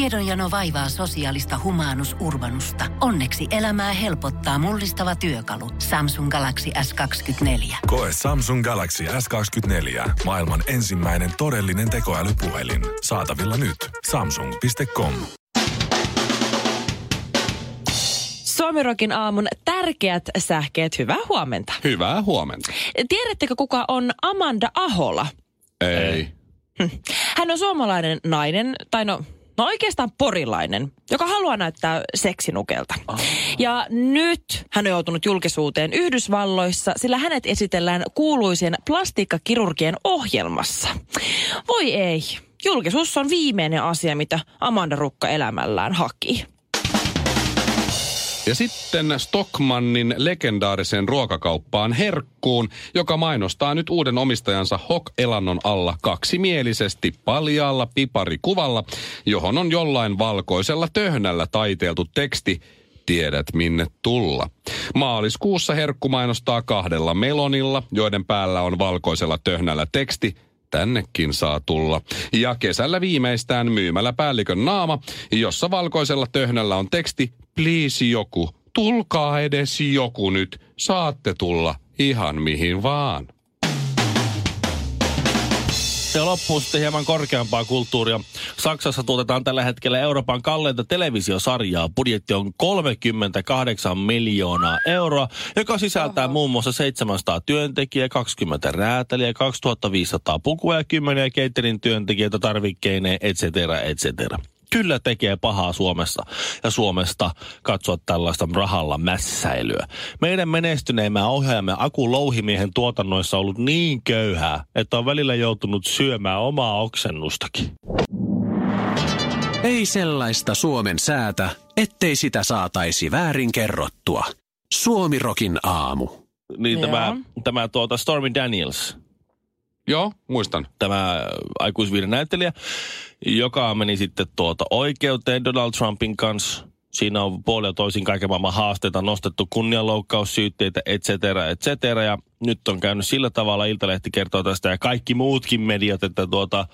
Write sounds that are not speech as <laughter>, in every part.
Tiedonjano vaivaa sosiaalista humanus urbanusta. Onneksi elämää helpottaa mullistava työkalu. Samsung Galaxy S24. Koe Samsung Galaxy S24. Maailman ensimmäinen todellinen tekoälypuhelin. Saatavilla nyt. Samsung.com. Suomirokin aamun tärkeät sähkeet, hyvää huomenta. Hyvää huomenta. Tiedättekö kuka on Amanda Ahola? Ei. Hän on suomalainen nainen, tai no, no oikeastaan porilainen, joka haluaa näyttää seksinukelta. Ja nyt hän on joutunut julkisuuteen Yhdysvalloissa, sillä hänet esitellään kuuluisen plastiikkakirurgien ohjelmassa. Voi ei, julkisuus on viimeinen asia, mitä Amanda Rukka elämällään haki. Ja sitten Stockmannin legendaariseen ruokakauppaan Herkkuun, joka mainostaa nyt uuden omistajansa Hok-elannon alla kaksimielisesti paljaalla piparikuvalla, johon on jollain valkoisella töhnällä taiteeltu teksti Tiedät minne tulla. Maaliskuussa Herkku mainostaa kahdella melonilla, joiden päällä on valkoisella töhnällä teksti tännekin saa tulla. Ja kesällä viimeistään myymällä päällikön naama, jossa valkoisella töhnällä on teksti Please joku, tulkaa edes joku nyt, saatte tulla ihan mihin vaan. Se loppuu sitten hieman korkeampaa kulttuuria. Saksassa tuotetaan tällä hetkellä Euroopan kalleinta televisiosarjaa. Budjetti on 38 miljoonaa euroa, joka sisältää muun muassa 700 työntekijää, 20 räätäliä, 2500 pukua ja 10 catering työntekijöitä tarvikkeineen, et cetera, et cetera. Kyllä tekee pahaa Suomessa ja Suomesta katsoa tällaista rahalla mässäilyä. Meidän menestyneemmä ohjaajamme Aku Louhimiehen tuotannoissa on ollut niin köyhää, että on välillä joutunut syömään omaa oksennustakin. Ei sellaista Suomen säätä, ettei sitä saataisi väärin kerrottua. Suomirokin aamu. Niin Joo. tämä, tämä tuota Stormy Daniels, Joo, muistan. tämä aikuisviiden näyttelijä, joka meni sitten tuota oikeuteen Donald Trumpin kanssa. Siinä on puolella toisin kaiken maailman haasteita nostettu, kunnianloukkaussyytteitä, et cetera, et cetera. Ja nyt on käynyt sillä tavalla, Iltalehti kertoo tästä ja kaikki muutkin mediat, että tuota,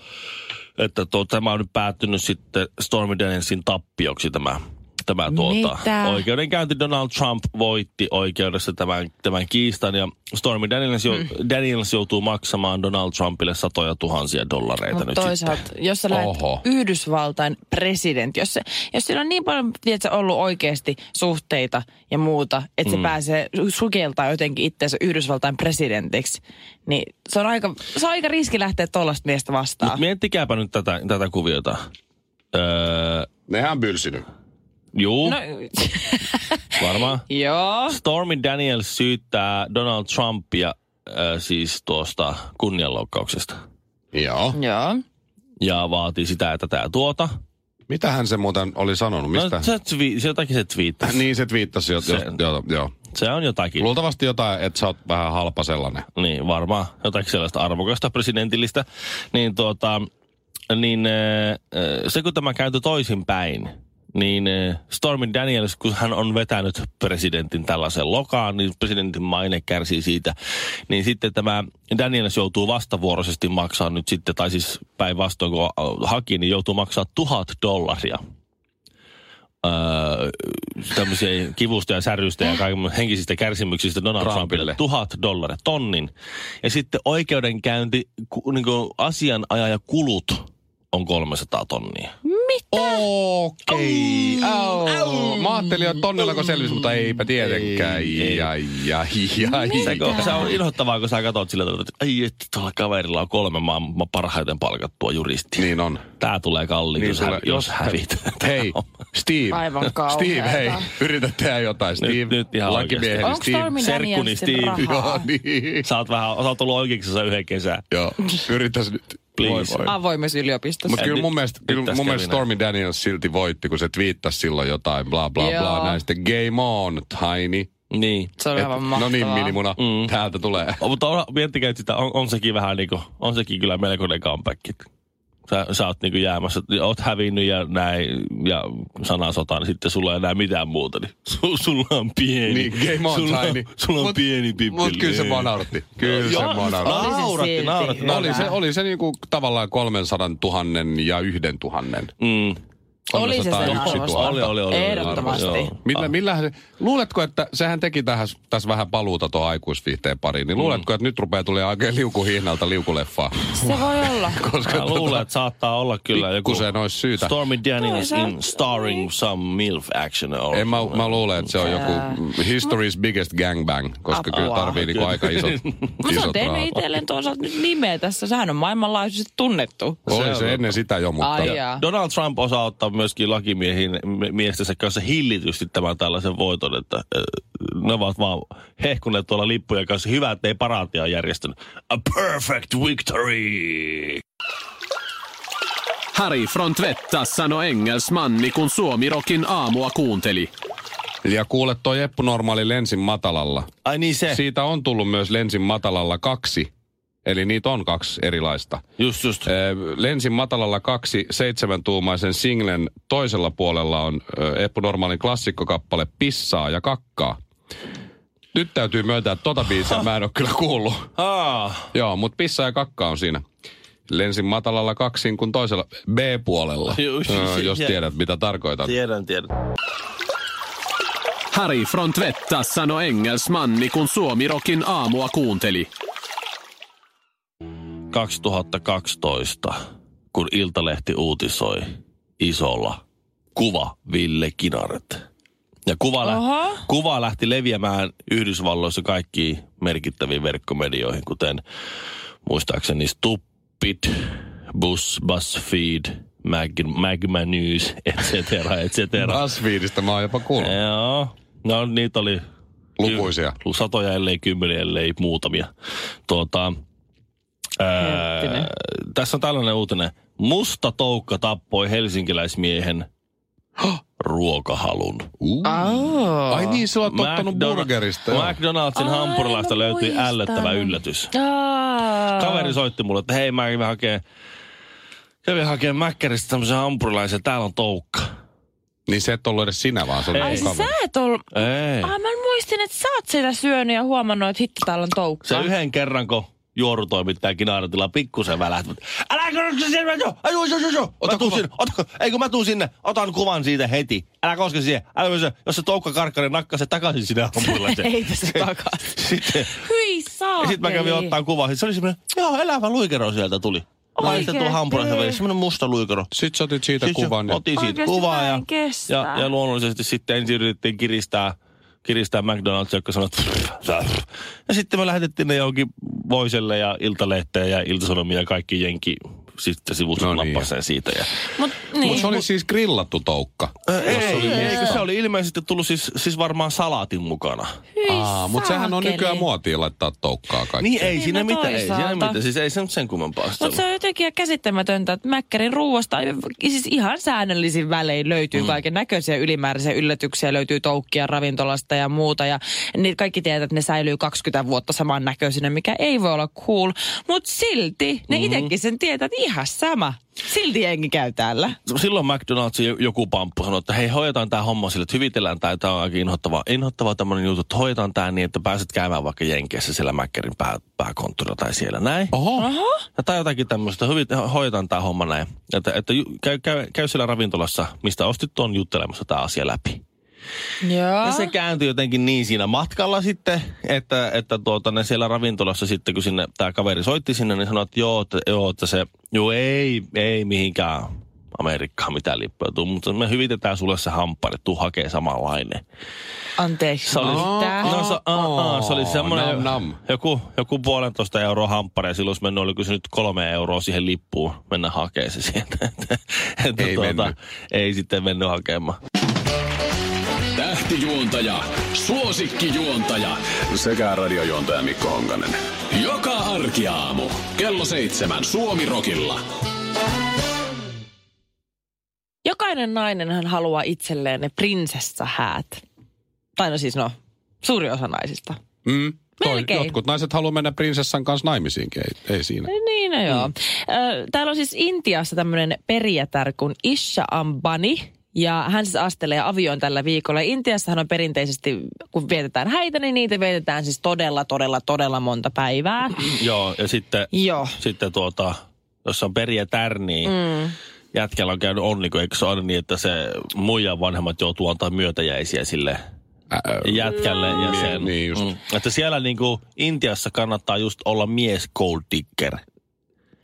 että tuo, tämä on nyt päättynyt sitten Stormy Danielsin tappioksi tämä, tämä tuota, Mitä? oikeudenkäynti. Donald Trump voitti oikeudessa tämän, tämän kiistan ja Stormy Daniels, jou, Hmm. Daniels joutuu maksamaan Donald Trumpille satoja tuhansia dollareita Mutta nyt toisaalta, sitten. jos sä lähet Oho. Yhdysvaltain presidentti, jos, se, jos sillä on niin paljon tiedätkö, ollut oikeasti suhteita ja muuta, että Mm. se pääsee su- sukeltaa jotenkin itseänsä Yhdysvaltain presidentiksi, niin se on aika, se on aika riski lähteä tuollaista miestä Mut vastaan. miettikääpä nyt tätä, tätä kuviota. Öö, Nehän on bylsinyt. juu, no, no. varmaan. joo. Stormy Daniels syyttää Donald Trumpia öö, siis tuosta kunnianloukkauksesta. Joo. Joo. Ja vaatii sitä, että tämä tuota. Mitähän se muuten oli sanonut? Mistä? No, se, twi- se jotakin se twiittasi. Niin se twiittasi, jo, Se- se... Jo, joo. Se on jotakin. Luultavasti jotain, että sä oot vähän halpa sellainen. niin varmaan jotakin sellaista arvokasta presidentillistä, niin, tuota, niin äh, se kun tämä kääntyi toisinpäin, niin äh, Stormin Daniels, kun hän on vetänyt presidentin tällaisen lokaan, niin presidentin maine kärsii siitä. Niin sitten tämä Daniels joutuu vastavuoroisesti maksaa nyt sitten, tai siis päinvastoin kun äh, haki, niin joutuu maksaa tuhat dollaria. Öö, tämmöisiä kivusta ja särystä ja kaiken henkisistä kärsimyksistä Donald Trumpille. Trumpille. Trumpille tuhat dollaria, tonnin. Ja sitten oikeudenkäynti, ku, niin kuin asianajaja kulut on 300 tonnia. Okei. Au. Mä ajattelin, että tonnella kun selvisi, mutta eipä tietenkään. Ai, ai, ai, ai. Se, kun, se on inhottavaa, kun sä katsot sillä tavalla, että ai että tuolla kaverilla on kolme maan ma- parhaiten palkattua juristia. Niin on. Tää tulee kalliiksi, Niin jos, tulee- hä- jos hävitään. Hei, Steve. Aivan Steve, kauheeta. hei, yritä tehdä jotain. Steve, Nyt- nyt ihan lakimieheni Onko Steve. Stormin Serkkuni Danielsin Steve. rahaa? <laughs> Joo, niin. Sä oot, vähän, sä oot ollut oikeuksessa yhden kesän. Joo, yritäs nyt. Please. Avoimessa yliopistossa. Mutta Ei, kyllä nyt- mun mielestä, nyt kyllä tässä mun kävi mielestä näin. Stormy Daniels silti voitti, kun se twiittasi silloin jotain bla bla Joo. bla näistä. Game on, tiny. Niin. se oli aivan no mahtavaa. niin, minimuna, Mm. mm. täältä tulee. O, mutta on, miettikää, että sitä on, on, sekin vähän niinku, on sekin kyllä melkoinen comeback. Sä, sä oot niinku jäämässä, oot hävinnyt ja näin, ja sanasota, niin sitten sulla ei enää mitään muuta, niin su, sulla on pieni. Niin, game on niin. sulla, tiny. Sulla on Mut- pieni pippeli. Mut kyllä se vaan nauratti. Kyllä se No, Joo, vaan nauratti. oli se nauratti, silti nauratti. hyvä. Oli se, oli se niinku tavallaan 300 tuhannen ja yhden tuhannen. Mm. Oli se sen 301 arvosta. 000. Oli, oli, oli, oli. Ehdottomasti. Joo. Millä, millähän, se- luuletko, että sehän teki tähän, tässä vähän paluuta tuon aikuisviihteen pariin, niin luuletko, että nyt rupeaa tulee oikein liukuhihnalta liukuleffaa? Se voi olla. <laughs> Koska Mä luulen, että saattaa olla kyllä joku... Pikkusen olisi syytä. Stormy Daniels Toisaalta- in starring some MILF action. Or En mä, mä luulen, että se on joku history's biggest gangbang, koska Apua. kyllä tarvii niinku aika <laughs> isot, Mutta se on isot tehnyt rahat. itselleen toisaalta nyt nimeä tässä. Sehän on maailmanlaajuisesti tunnettu. Oli Se on- se ennen sitä jo, mutta... Ai jaa. Donald Trump osaa ottaa myöskin lakimiehin miestensä kanssa hillitysti tämän tällaisen voiton, että äh, ne ovat vaan hehkuneet tuolla lippujen kanssa. Hyvä, että ei paraatia järjestänyt. A perfect victory! Harry Frontvettas sanoi engelsmanni, kun Suomirokin aamua kuunteli. Ja kuule, toi Eppu Normaali lensin matalalla. Ai niin Eh. se. Si- Siitä on tullut myös lensin matalalla kaksi. Eli niitä on kaksi erilaista. just just. Ö, Lensin matalalla kaksi seitsemäntuumaisen singlen toisella puolella on ö, Eppu Normaalin klassikkokappale Pissaa ja kakkaa. Nyt täytyy myöntää, että tota biisiä mä en ole kyllä <laughs> kuullut. Ah, Joo, mutta pissaa ja kakkaa on siinä. Lensin matalalla kaksin kuin toisella B-puolella, Juu, Ö, jos jä- tiedät mitä tarkoitan. tiedän, tiedän. Harry Frontvettas sanoi engelsmanni, kun Suomirokin aamua kuunteli. 2012, kun Iltalehti uutisoi isolla kuva Ville Kinaret. Ja kuva, lä- Oho. kuva lähti leviämään Yhdysvalloissa kaikkiin merkittäviin verkkomedioihin, kuten muistaakseni Stupid, Bus, BuzzFeed, Mag- Magma News, et cetera, et cetera. BuzzFeedistä mä oon jopa kuullut. Joo. No niitä oli Lukuisia. Ky- Satoja ellei kymmeniä, ellei muutamia. Tuota, ää, Hetkinen. Äh, tässä on tällainen uutinen. Musta toukka tappoi helsinkiläismiehen ruokahalun. Uh. Ai niin, se on tottunut McDonald- burgerista. joo. McDonaldsin Ai, hampurilaista mä löytyi muistan. ällöttävä yllätys. Aa. Kaveri soitti mulle, että hei mä kävin hakee, kävin hakee Mäkkäristä tämmöisen hampurilaisen, täällä on toukka. Niin se et ollut edes sinä, vaan se oli Ai, mun Ai siis kaveri. Niin. sä et ollut... Ei. Ah, mä muistin, että sä oot sitä syönyt ja huomannut, että hitto täällä on toukka. Se yhden kerran, kun juorutoimittaja Kinaaratilla pikkusen välähti. mutta Älä koske sinne, mä tuun, ai joo, joo, joo, joo. Ota mä tuun sinne, ota, ei kun mä tuun sinne, otan kuvan siitä heti. Älä koske siihen, älä koske siihen. Jos se toukka karkkari nakkaa se takaisin sinne <laughs> ambulanssiin. Ei tässä takaisin. Sitten, Hyi saa. ja sitten mä kävin ottaa kuvan. Sit Se oli semmoinen, joo, elävä luikero sieltä tuli. Paistettu Oikeesti? hampurilaisen välissä, semmoinen musta luikero. Sit sä otit siitä Sit se- kuvan. ja- Siis Otin siitä Oikeesti kuvaa mä ja, en kestä. ja, ja, luonnollisesti sitten ensin yritettiin kiristää, kiristää McDonald's, joka sanoi, että pff, pff. ja sitten me lähetettiin ne johonkin Voiselle ja Iltalehteen ja Iltasanomia ja kaikki jenki sitten sivussa No no niin, niin, siitä. Ja, Mut, niin. Mut se oli siis grillattu toukka. ei, ei, ei, kun se oli ilmeisesti tullut siis, siis varmaan salaatin mukana. niin. Hyi Aa, mutta sehän on saakeli. nykyään muotiin laittaa toukkaa kaikki. Niin ei Niin, siinä no mitään, ei siinä toisaalta. mitään, siis ei se nyt sen kummempaa. Mutta se on jotenkin ihan käsittämätöntä, että Mäkkärin ruuasta siis ihan säännöllisin välein löytyy mm. kaiken näköisiä ylimääräisiä yllätyksiä, löytyy toukkia ravintolasta ja muuta. Ja niin kaikki tietävät, että ne säilyy 20 vuotta saman näköisinä, mikä ei voi olla cool. Mutta silti ne mm Mm-hmm. itsekin sen tietää, että ihan sama. Silti jengi käy täällä. silloin McDonald's joku pamppu sanoi, että hei, hoidetaan tämä homma sille, että hyvitellään tämä, tämä on aika inhottava, inhottava tämmöinen juttu, että hoidetaan tämä niin, että pääset käymään vaikka Jenkeissä siellä Mäkkärin pää, pääkonttorilla tai siellä näin. Oho, Ja tai jotakin tämmöistä, hyvit, ho- hoidetaan tämä homma näin, että, että ju- käy, käy, käy siellä ravintolassa, mistä ostit tuon juttelemassa tämä asia läpi. Joo. Ja se kääntyi jotenkin niin siinä matkalla sitten, että, että tuota, ne siellä ravintolassa sitten, kun sinne tämä kaveri soitti sinne, niin sanoi, että joo, että, joo, että se, joo ei, ei mihinkään Amerikkaan mitään lippuja tuu, mutta me hyvitetään sulle se hamppari, tuu hakee samanlainen. Anteeksi. Se oli, Mitä? no, se, a, a, se oli semmoinen Nam, nam. Joku, joku puolentoista euroa hamppari ja silloin olisi mennyt, oli kysynyt kolme euroa siihen lippuun mennä hakemaan se sieltä. <laughs> Että, että Ei mennyt. ei sitten mennyt hakemaan. Tähtijuontaja, suosikkijuontaja sekä radiojuontaja Mikko Honkanen. Joka arkiaamu kello seitsemän Suomirokilla. Jokainen nainen hän haluaa itselleen ne prinsessahäät. Tai no siis no, suuri osa naisista. Mm. Toi, Melkein. jotkut naiset haluaa mennä prinsessan kanssa naimisiinkin, ei, ei siinä. Niin, no joo. Mm. Täällä on siis Intiassa tämmöinen perijätär kuin Isha Ambani. Ja hän siis astelee avioon tällä viikolla. Intiassahan on perinteisesti, kun vietetään häitä, niin niitä vietetään siis todella, todella, todella monta päivää. Joo, ja sitten Joo. sitten tuota, jos on perijätär, niin, mm. jätkällä on käynyt onni, kun eikö se ole niin, että se muijan vanhemmat joutuu antaa myötäjäisiä sille jätkälle ja sen. Mm. niin just. Että siellä niinku Intiassa kannattaa just olla mies gold digger.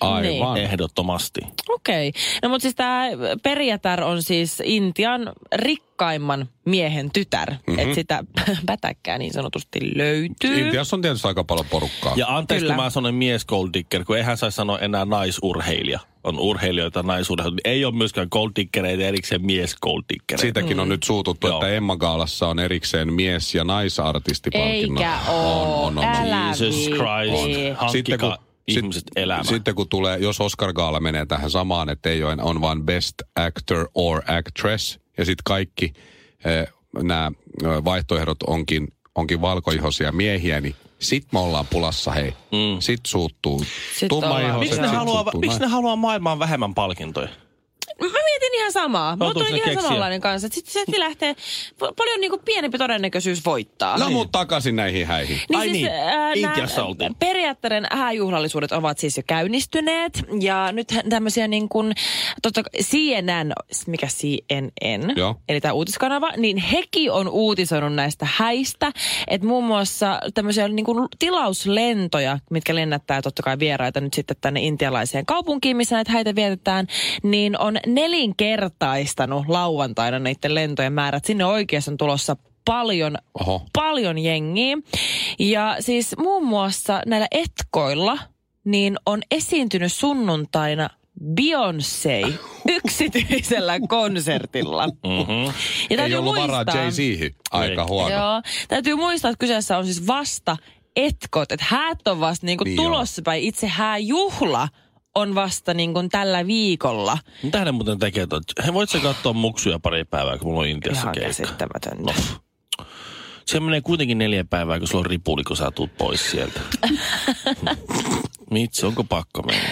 Aivan. Niin. Ehdottomasti. Okei. Okay. No mutta siis tämä Periatar on siis Intian rikkaimman miehen tytär. Mm-hmm. Että sitä <laughs> pätäkkää niin sanotusti löytyy. Intiassa on tietysti aika paljon porukkaa. Ja anteeksi, Kyllä. kun mä sanon mies gold digger, kun eihän saisi sanoa enää naisurheilija. On urheilijoita, naisurheilijoita. Ei ole myöskään gold diggereitä erikseen mies gold diggereitä. Siitäkin Mm. on nyt suututtu, Joo. että Emma Gaalassa on erikseen mies- ja naisartistipalkinnot. Eikä oo. On, on, on. Älä Jesus viitti. Christ, hankkikaa ihmiset sit- elämä. Sitten kun tulee, jos Oscar Gaala menee tähän samaan, että ei ole, on vain best actor or actress, ja sitten kaikki eh, nämä vaihtoehdot onkin, onkin valkoihoisia miehiä, niin sit me ollaan pulassa, hei. Mm. Sit suuttuu Sit ollaan. tummaihoiset, Miksi sit ne, Sitten haluaa, suuttuu miksi ne haluaa maailmaan vähemmän palkintoja? Mä mietin ihan samaa. Mä Joutuuko on ne ihan keksiä? samanlainen kanssa. että Sitten se lähtee, pa- paljon niinku pienempi todennäköisyys voittaa. siis, No mut takaisin näihin häihin. Ai niin, Intiassa oltiin. Periaatteiden hääjuhlallisuudet ovat siis jo käynnistyneet. Ja nyt tämmöisiä niin kuin, totta kai CNN, mikä CNN, Joo. eli tämä uutiskanava, niin hekin on uutisoinut näistä häistä. Että muun muassa tämmöisiä niin kuin tilauslentoja, mitkä lennättää totta kai vieraita nyt sitten tänne intialaiseen kaupunkiin, missä näitä häitä vietetään, niin on nelinkertaistanut lauantaina niiden lentojen määrät. Sinne oikeassa on tulossa paljon Oho. paljon jengiä. Ja siis muun muassa näillä etkoilla niin on esiintynyt sunnuntaina Beyoncé yksityisellä konsertilla. Mm-hmm. Ja Ei ollut varaa Jay-Zhin. Aika Ei. huono. Joo, täytyy muistaa, että kyseessä on siis vasta etkot, että häät on vasta niinku Niin niin on. tulossa päin. Itse hääjuhla on vasta niinku tällä viikolla. Mitä ne muuten tekee? ton- He voit sä katsoa muksuja pari päivää, kun mulla on Intiassa Ihan keikka. käsittämätöntä. No. Se menee kuitenkin neljä päivää, kun sulla on ripuli, kun sä tuut pois sieltä. Mitsi, onko pakko mennä?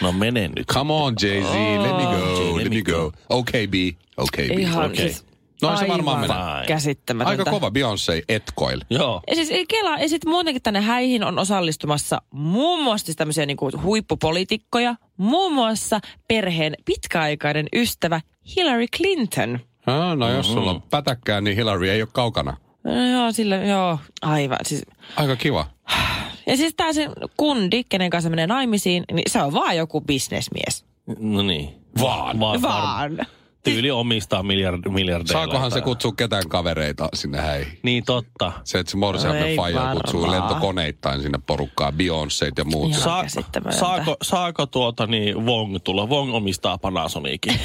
No mene nyt. Come on, Jay-Z, let me go, let me go. Okay, B, okay, B. Ihan okei. siis No se varmaan aivan menee. Käsittämätöntä. Aika kova Beyoncé etkoil. Joo. Ja siis Kela, ja sitten muutenkin tänne häihin on osallistumassa muun muassa siis tämmöisiä niinku huippupoliitikkoja, muun muassa perheen pitkäaikainen ystävä Hillary Clinton. Ah, no jos sulla on pätäkkää, niin Hillary ei ole kaukana. No joo, sillä, joo, aivan. Siis, Aika kiva. ja siis tää se kundi, kenen kanssa menee naimisiin, niin se on vaan joku bisnesmies. No niin. Vaan. Vaan. var- Vaan. Tyyli omistaa miljard, miljardeilla. Saakohan se tää. kutsua ketään kavereita sinne häihin? Niin totta. Se, että se No Morsiamme ei faija kutsuu varmaan. lentokoneittain sinne porukkaan, Beyoncéit ja muut. Ihan. Sa- käsittämätöntä. saako, saako tuota niin Wong tulla? Wong omistaa Panasonicin.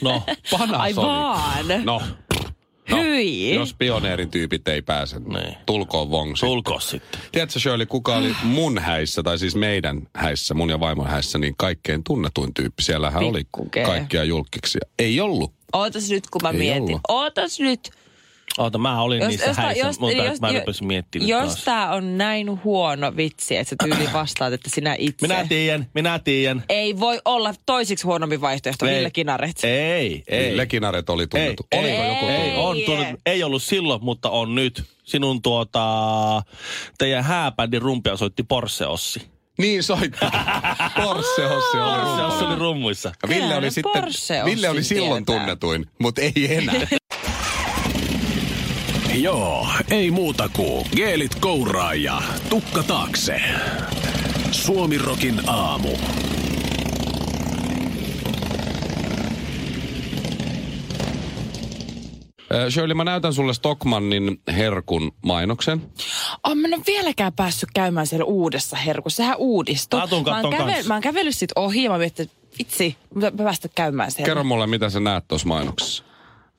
No, Panasonic. Ai vaan. No, no, Hyi. jos pioneerin tyypit ei pääse, niin. Niin. tulkoon vong sitten. tulko sitten. Tiedätkö Shirley, kuka oli mun häissä, tai siis meidän häissä, mun ja vaimon häissä, niin kaikkein tunnetuin tyyppi. Siellähän oli Pikkukee. kaikkia julkkiksia. Ei ollut. Ootas nyt, kun mä Ei mietin. ollut. Ootas nyt. Niin, Oota, mä olin jos, niissä häissä, mutta jos, mä rupesin miettimään jos taas. tää on näin huono vitsi, että sä tyyli vastaat, että sinä itse. Minä tiedän, minä tiedän. Ei voi olla toisiksi huonompi vaihtoehto, Ei. Ville Kinaret. Ei, ei. Ei. Lekinaret oli ei, tunnettu. ei, Oliko joku ei, tunnettu? on tullut, ei ollut silloin, mutta on nyt. Sinun tuota, teidän hääbändin rumpia soitti Porsche Ossi. Niin soitti. Porsche Ossi oli Porsche rumpali. Ossi oli rummuissa. Ja Ville oli, Kyllä, sitten, Porsche Ossin Ville oli silloin tietää. tunnetuin, mutta ei enää. Joo, ei muuta kuin geelit kouraa ja tukka taakse. Suomirokin aamu. Ö, Shirley, mä näytän sulle Stockmannin herkun mainoksen. Oon Ah, mä en ole vieläkään päässyt käymään siellä uudessa herkussa. Sehän uudistui. Mä tuun mä, oon kattoon kanssa. mä oon kävellyt sit ohi ja mä mietin, että vitsi, mä mä päästä käymään siellä. Kerro mulle, mitä sä näet tuossa mainoksessa.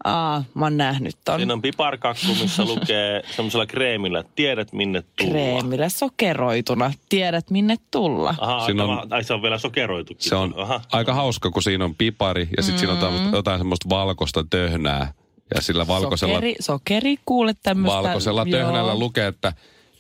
Aa, mä oon nähnyt ton. Siinä on piparkakku, missä lukee semmoisella kreemillä, että tiedät minne tulla. Kreemillä sokeroituna. Tiedät minne tulla. Siinä Aha, Siinä on- on, ai se on vielä sokeroitukin. Se on Aha. aika hauska, kun siinä on pipari ja sitten mm. siinä on tämmöstä- jotain semmoista valkoista töhnää. Ja sillä valkoisella, Sokeri, sokeri kuule tämmöistä. valkoisella joo. töhnällä lukee, että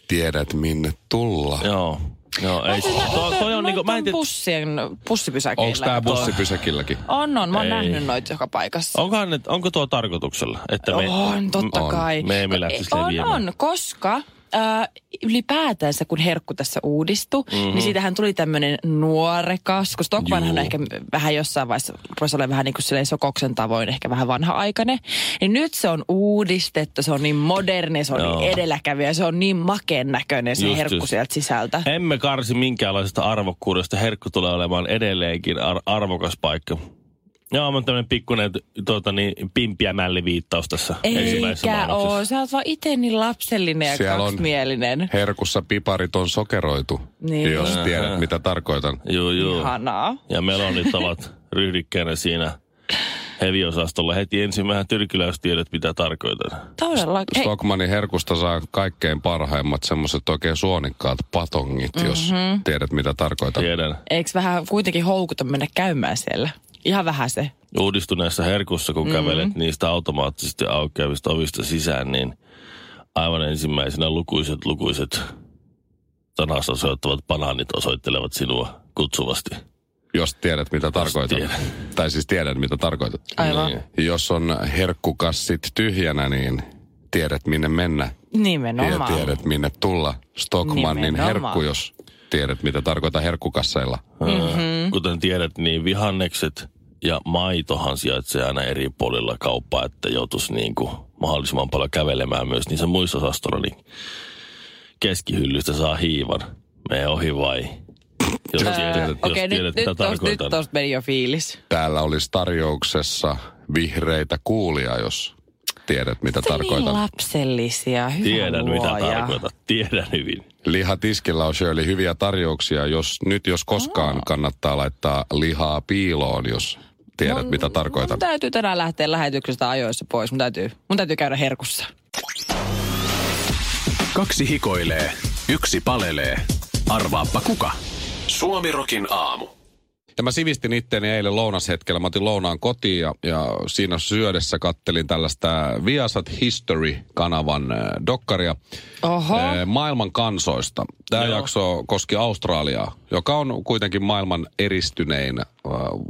tiedät minne tulla. Joo. Joo, ei. Mä- Toi, toi on niinku, mä en tiedä, bussien, bussipysäkeillä. Onko tämä bussipysäkilläkin? On, on. Mä oon Ei. nähnyt noita joka paikassa. onkohan ne, onko tuo tarkoituksella? Että me, On, totta on. kai. Me emme lähtisi on, leviämään. on, koska äh, ylipäätänsä, kun Herkku tässä uudistui, mm-hmm. Mhm. niin siitähän tuli tämmöinen nuorekas, kun Stockmanhan on Juu. ehkä vähän jossain vaiheessa, voisi olla vähän niin kuin silleen sokoksen tavoin, ehkä vähän vanha-aikainen. Niin nyt se on uudistettu, se on niin moderni, se on Joo. niin edelläkävijä, se on niin makeen näköinen se Just, Herkku just. sieltä sisältä. Emme karsi minkäänlaisesta arvokkuudesta. Herkku tulee olemaan edelleenkin ar- arvokas paikka. Joo, mä oon tämmönen pikkuinen tuota, niin, pimpiä mälliviittaus tässä ensimmäisessä Eikä mainoksessa. oo, sä oot vaan itse niin lapsellinen ja Siellä on- kaksimielinen. Herkussa piparit on sokeroitu, Niin. niin. jos tiedät mitä tarkoitan. Joo, joo. Ihanaa. Ja melonit ovat ryhdikkäinä siinä heviosastolla heti ensimmäinen tyrkyläystiedot, mitä tarkoitan. Todellakin. Hei, Stockmanin herkusta saa kaikkein parhaimmat semmoiset oikein suonikkaat patongit, mm-hmm. jos tiedät mitä tarkoitan. Tiedän. eikö vähän kuitenkin houkuta mennä käymään siellä? Ihan vähän Niin. se. Uudistuneessa herkussa, kun Mm-hmm. kävelet niistä automaattisesti aukeavista ovista sisään, niin aivan ensimmäisenä lukuiset lukuiset sanasta soittavat banaanit osoittelevat sinua kutsuvasti. Jos tiedät mitä tarkoitan. tiedän. Tai siis tiedät mitä tarkoitan. Aivan. Jos on herkkukassit tyhjänä, niin tiedät minne mennä. Nimenomaan. Ja tiedät minne tulla. Stockmannin No Nimenomaan. herkku, jos tiedät mitä tarkoitan herkkukasseilla. Mm-hmm. Kuten tiedät, niin vihannekset ja maitohan sijaitsee aina eri puolilla kauppaa, että joutuisi niin kuin mahdollisimman paljon kävelemään myös niissä muissa osastolla, niin keskihyllystä saa hiivan. Mene ohi vai? Jos tiedät, jos Okei, nyt, nyt, tiedät mitä tosta, nyt tarkoitan. tosta meni jo fiilis. Täällä olisi tarjouksessa vihreitä kuulia, jos tiedät mitä tarkoitan. Niin lapsellisia. Hyvä Tiedän, mitä luoja. tarkoitat. Tiedän hyvin. Lihatiskillä on Shirley hyviä tarjouksia, jos nyt jos koskaan kannattaa laittaa lihaa piiloon, jos tiedät mun, mitä tarkoitan. Mun täytyy tänään lähteä lähetyksestä ajoissa pois. Mun täytyy, mun täytyy käydä herkussa. Kaksi hikoilee, yksi palelee. Arvaappa kuka? Suomirokin aamu. Ja mä sivistin itteni eilen lounashetkellä. Mä otin lounaan kotiin ja, ja siinä syödessä kattelin tällaista Viasat History-kanavan äh, dokkaria Oho. äh, maailman kansoista. Tämä jakso koski Australiaa, joka on kuitenkin maailman eristynein äh,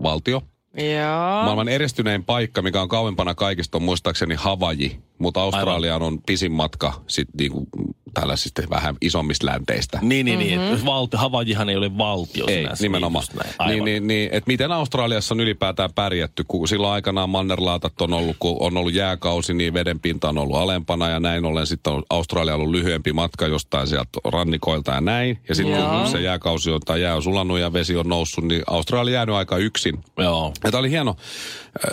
valtio. Joo. Maailman eristynein paikka, mikä on kauempana kaikista, on muistaakseni Havaji, mutta Australiaan on pisin matka sit niinku tällaisista vähän isommista länteistä. Niin, niin, niin. Mm-hmm. Valti, Havajihan ei ole valtio Ei, sinänsä. nimenomaan. Niin, just näin. Niin, Aivan. niin, niin, että miten Australiassa on ylipäätään pärjätty, kun silloin aikanaan mannerlaatat on ollut, kun on ollut jääkausi, niin vedenpinta on ollut alempana ja näin ollen sitten on Australia ollut lyhyempi matka jostain sieltä rannikoilta ja näin. Ja sitten Joo. kun se jääkausi on, tai jää on sulanut ja vesi on noussut, niin Australia on jäänyt aika yksin. Joo. Ja tämä oli hieno,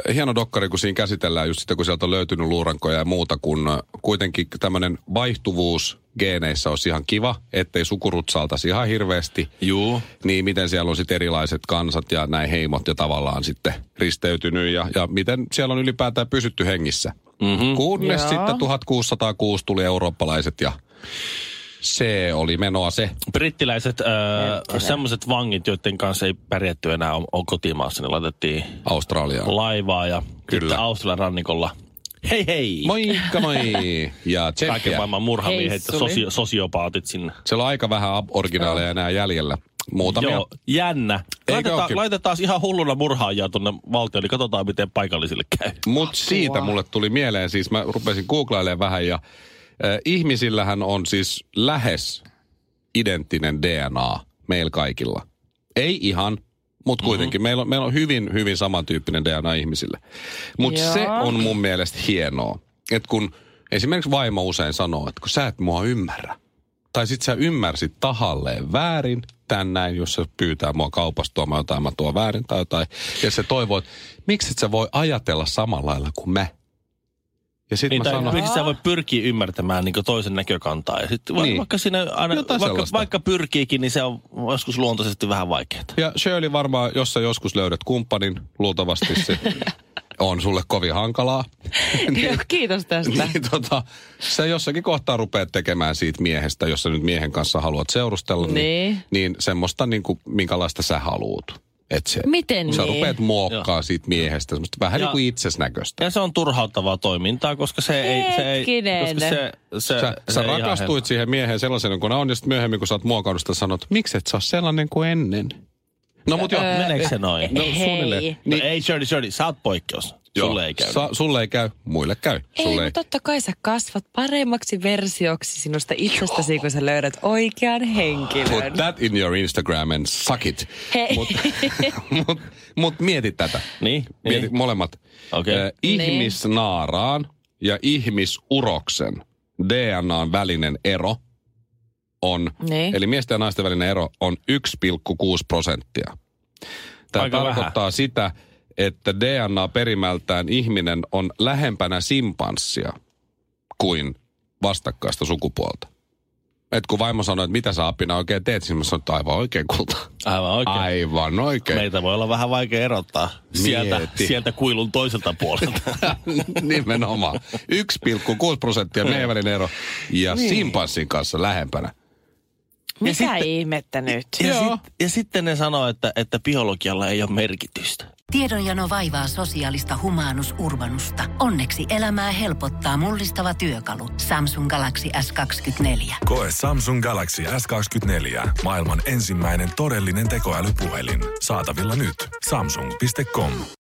äh, hieno dokkari, kun siinä käsitellään just sitä, kun sieltä on löytynyt luurankoja ja muuta, kun äh, kuitenkin tämmöinen vaihtuvuus geeneissä olisi ihan kiva, ettei sukurutsaltaisi ihan hirveästi. Juu. Niin miten siellä on sitten erilaiset kansat ja näin heimot ja tavallaan sitten risteytynyt ja, ja miten siellä on ylipäätään pysytty hengissä. Mhm. Mm-hmm. Kunnes Joo. sitten 1606 tuli eurooppalaiset ja se oli menoa se. brittiläiset öö, semmoiset vangit, joiden kanssa ei pärjätty enää on, on kotimaassa, niin laitettiin Australiaan. laivaa ja Kyllä. sitten Australian rannikolla. Hei hei! Moikka moi! Ja Kaiken tsemppiä. maailman murhamiehet ja Hei, suli. sosio- sosiopaatit sinne. Siellä on aika vähän ab- originaaleja enää jäljellä. Muutamia. Joo, jännä. Laitetaan, ookin. laitetaan ihan hulluna murhaajia tuonne valtioon, niin katsotaan miten paikallisille käy. Mutta siitä mulle tuli mieleen, siis mä rupesin googlailemaan vähän ja äh, ihmisillähän on siis lähes identtinen DNA meillä kaikilla. Ei ihan, mutta kuitenkin. Mm-hmm. Meillä, on, meillä on hyvin, hyvin samantyyppinen DNA ihmisille. Mutta se Joo. on mun mielestä hienoa, että kun esimerkiksi vaimo usein sanoo, että kun sä et mua ymmärrä. Tai sit sä ymmärsit tahalleen väärin tän näin, jos se pyytää mua kaupasta tuomaan jotain, mä tuon väärin tai jotain. Ja se toivoo, että miksi et sä voi ajatella samalla lailla kuin mä. Ja sit Niin, mä tai sanon, miksi sä voi pyrkiä ymmärtämään niin toisen näkökantaa. Ja sit, va- Niin. vaikka, siinä aina, Jotain vaikka, sellaista. vaikka pyrkiikin, niin se on joskus luontaisesti vähän vaikeaa. ja Shirley varmaan, jos sä joskus löydät kumppanin, luultavasti <laughs> se on sulle kovin hankalaa. Joo, Kiitos tästä. niin tota, sä jossakin kohtaa rupeat tekemään siitä miehestä, jos sä nyt miehen kanssa haluat seurustella, niin, Niin. niin. niin semmoista, niin kuin, minkälaista sä haluut. Et se, Miten sä niin? rupeat muokkaa siitä miehestä, semmoista vähän Ja- niin kuin itsesnäköistä. Ja se on turhauttavaa toimintaa, koska se ei... Se ei Hetkinen. koska se, se, Sä, se sä ei ihan rakastuit siihen mieheen sellaisen kuin on, ja sitten myöhemmin kun sä oot muokannut sitä, sanot, miksi et sä oo sellainen kuin ennen? No mut joo, Meneekö se noin? No suunnilleen. Niin. No ei, Shirley, Shirley, sä oot poikkeus. Sulle ei käy. Sa- sulle ei käy, muille käy. Ei, sulle mutta totta kai sä kasvat paremmaksi versioksi sinusta itsestäsi, kun sä löydät oikean henkilön. Put that in your Instagram and suck it. Hei. Mut, <laughs> mut, mut mieti tätä. Niin, Mieti niin. molemmat. Okei. Ö, ihmisnaaraan ja ihmisuroksen DNAn välinen ero on, Niin. eli miesten ja naisten välinen ero on 1,6 prosenttia. Tämä Aika vähän. tarkoittaa sitä, että DNA-perimältään ihminen on lähempänä simpanssia kuin vastakkaista sukupuolta. Et kun vaimo sanoi, että mitä sä apina oikein teet, siis mä sanoin, että aivan oikein kulta. Aivan oikein. Aivan oikein. Meitä voi olla vähän vaikea erottaa sieltä, Mieti. sieltä kuilun toiselta puolelta. <laughs> Nimenomaan. 1,6 prosenttia Niin. meidän välinen ero. Ja niin. simpanssin kanssa lähempänä. Mitä sitten- ihmettä nyt? ja, Joo. sit, ja sitten ne sanoo, että, että biologialla ei ole merkitystä. Tiedonjano vaivaa sosiaalista humanus urbanusta. Onneksi elämää helpottaa mullistava työkalu. Samsung Galaxy S24. Koe Samsung Galaxy S24. Maailman ensimmäinen todellinen tekoälypuhelin. Saatavilla nyt. Samsung.com.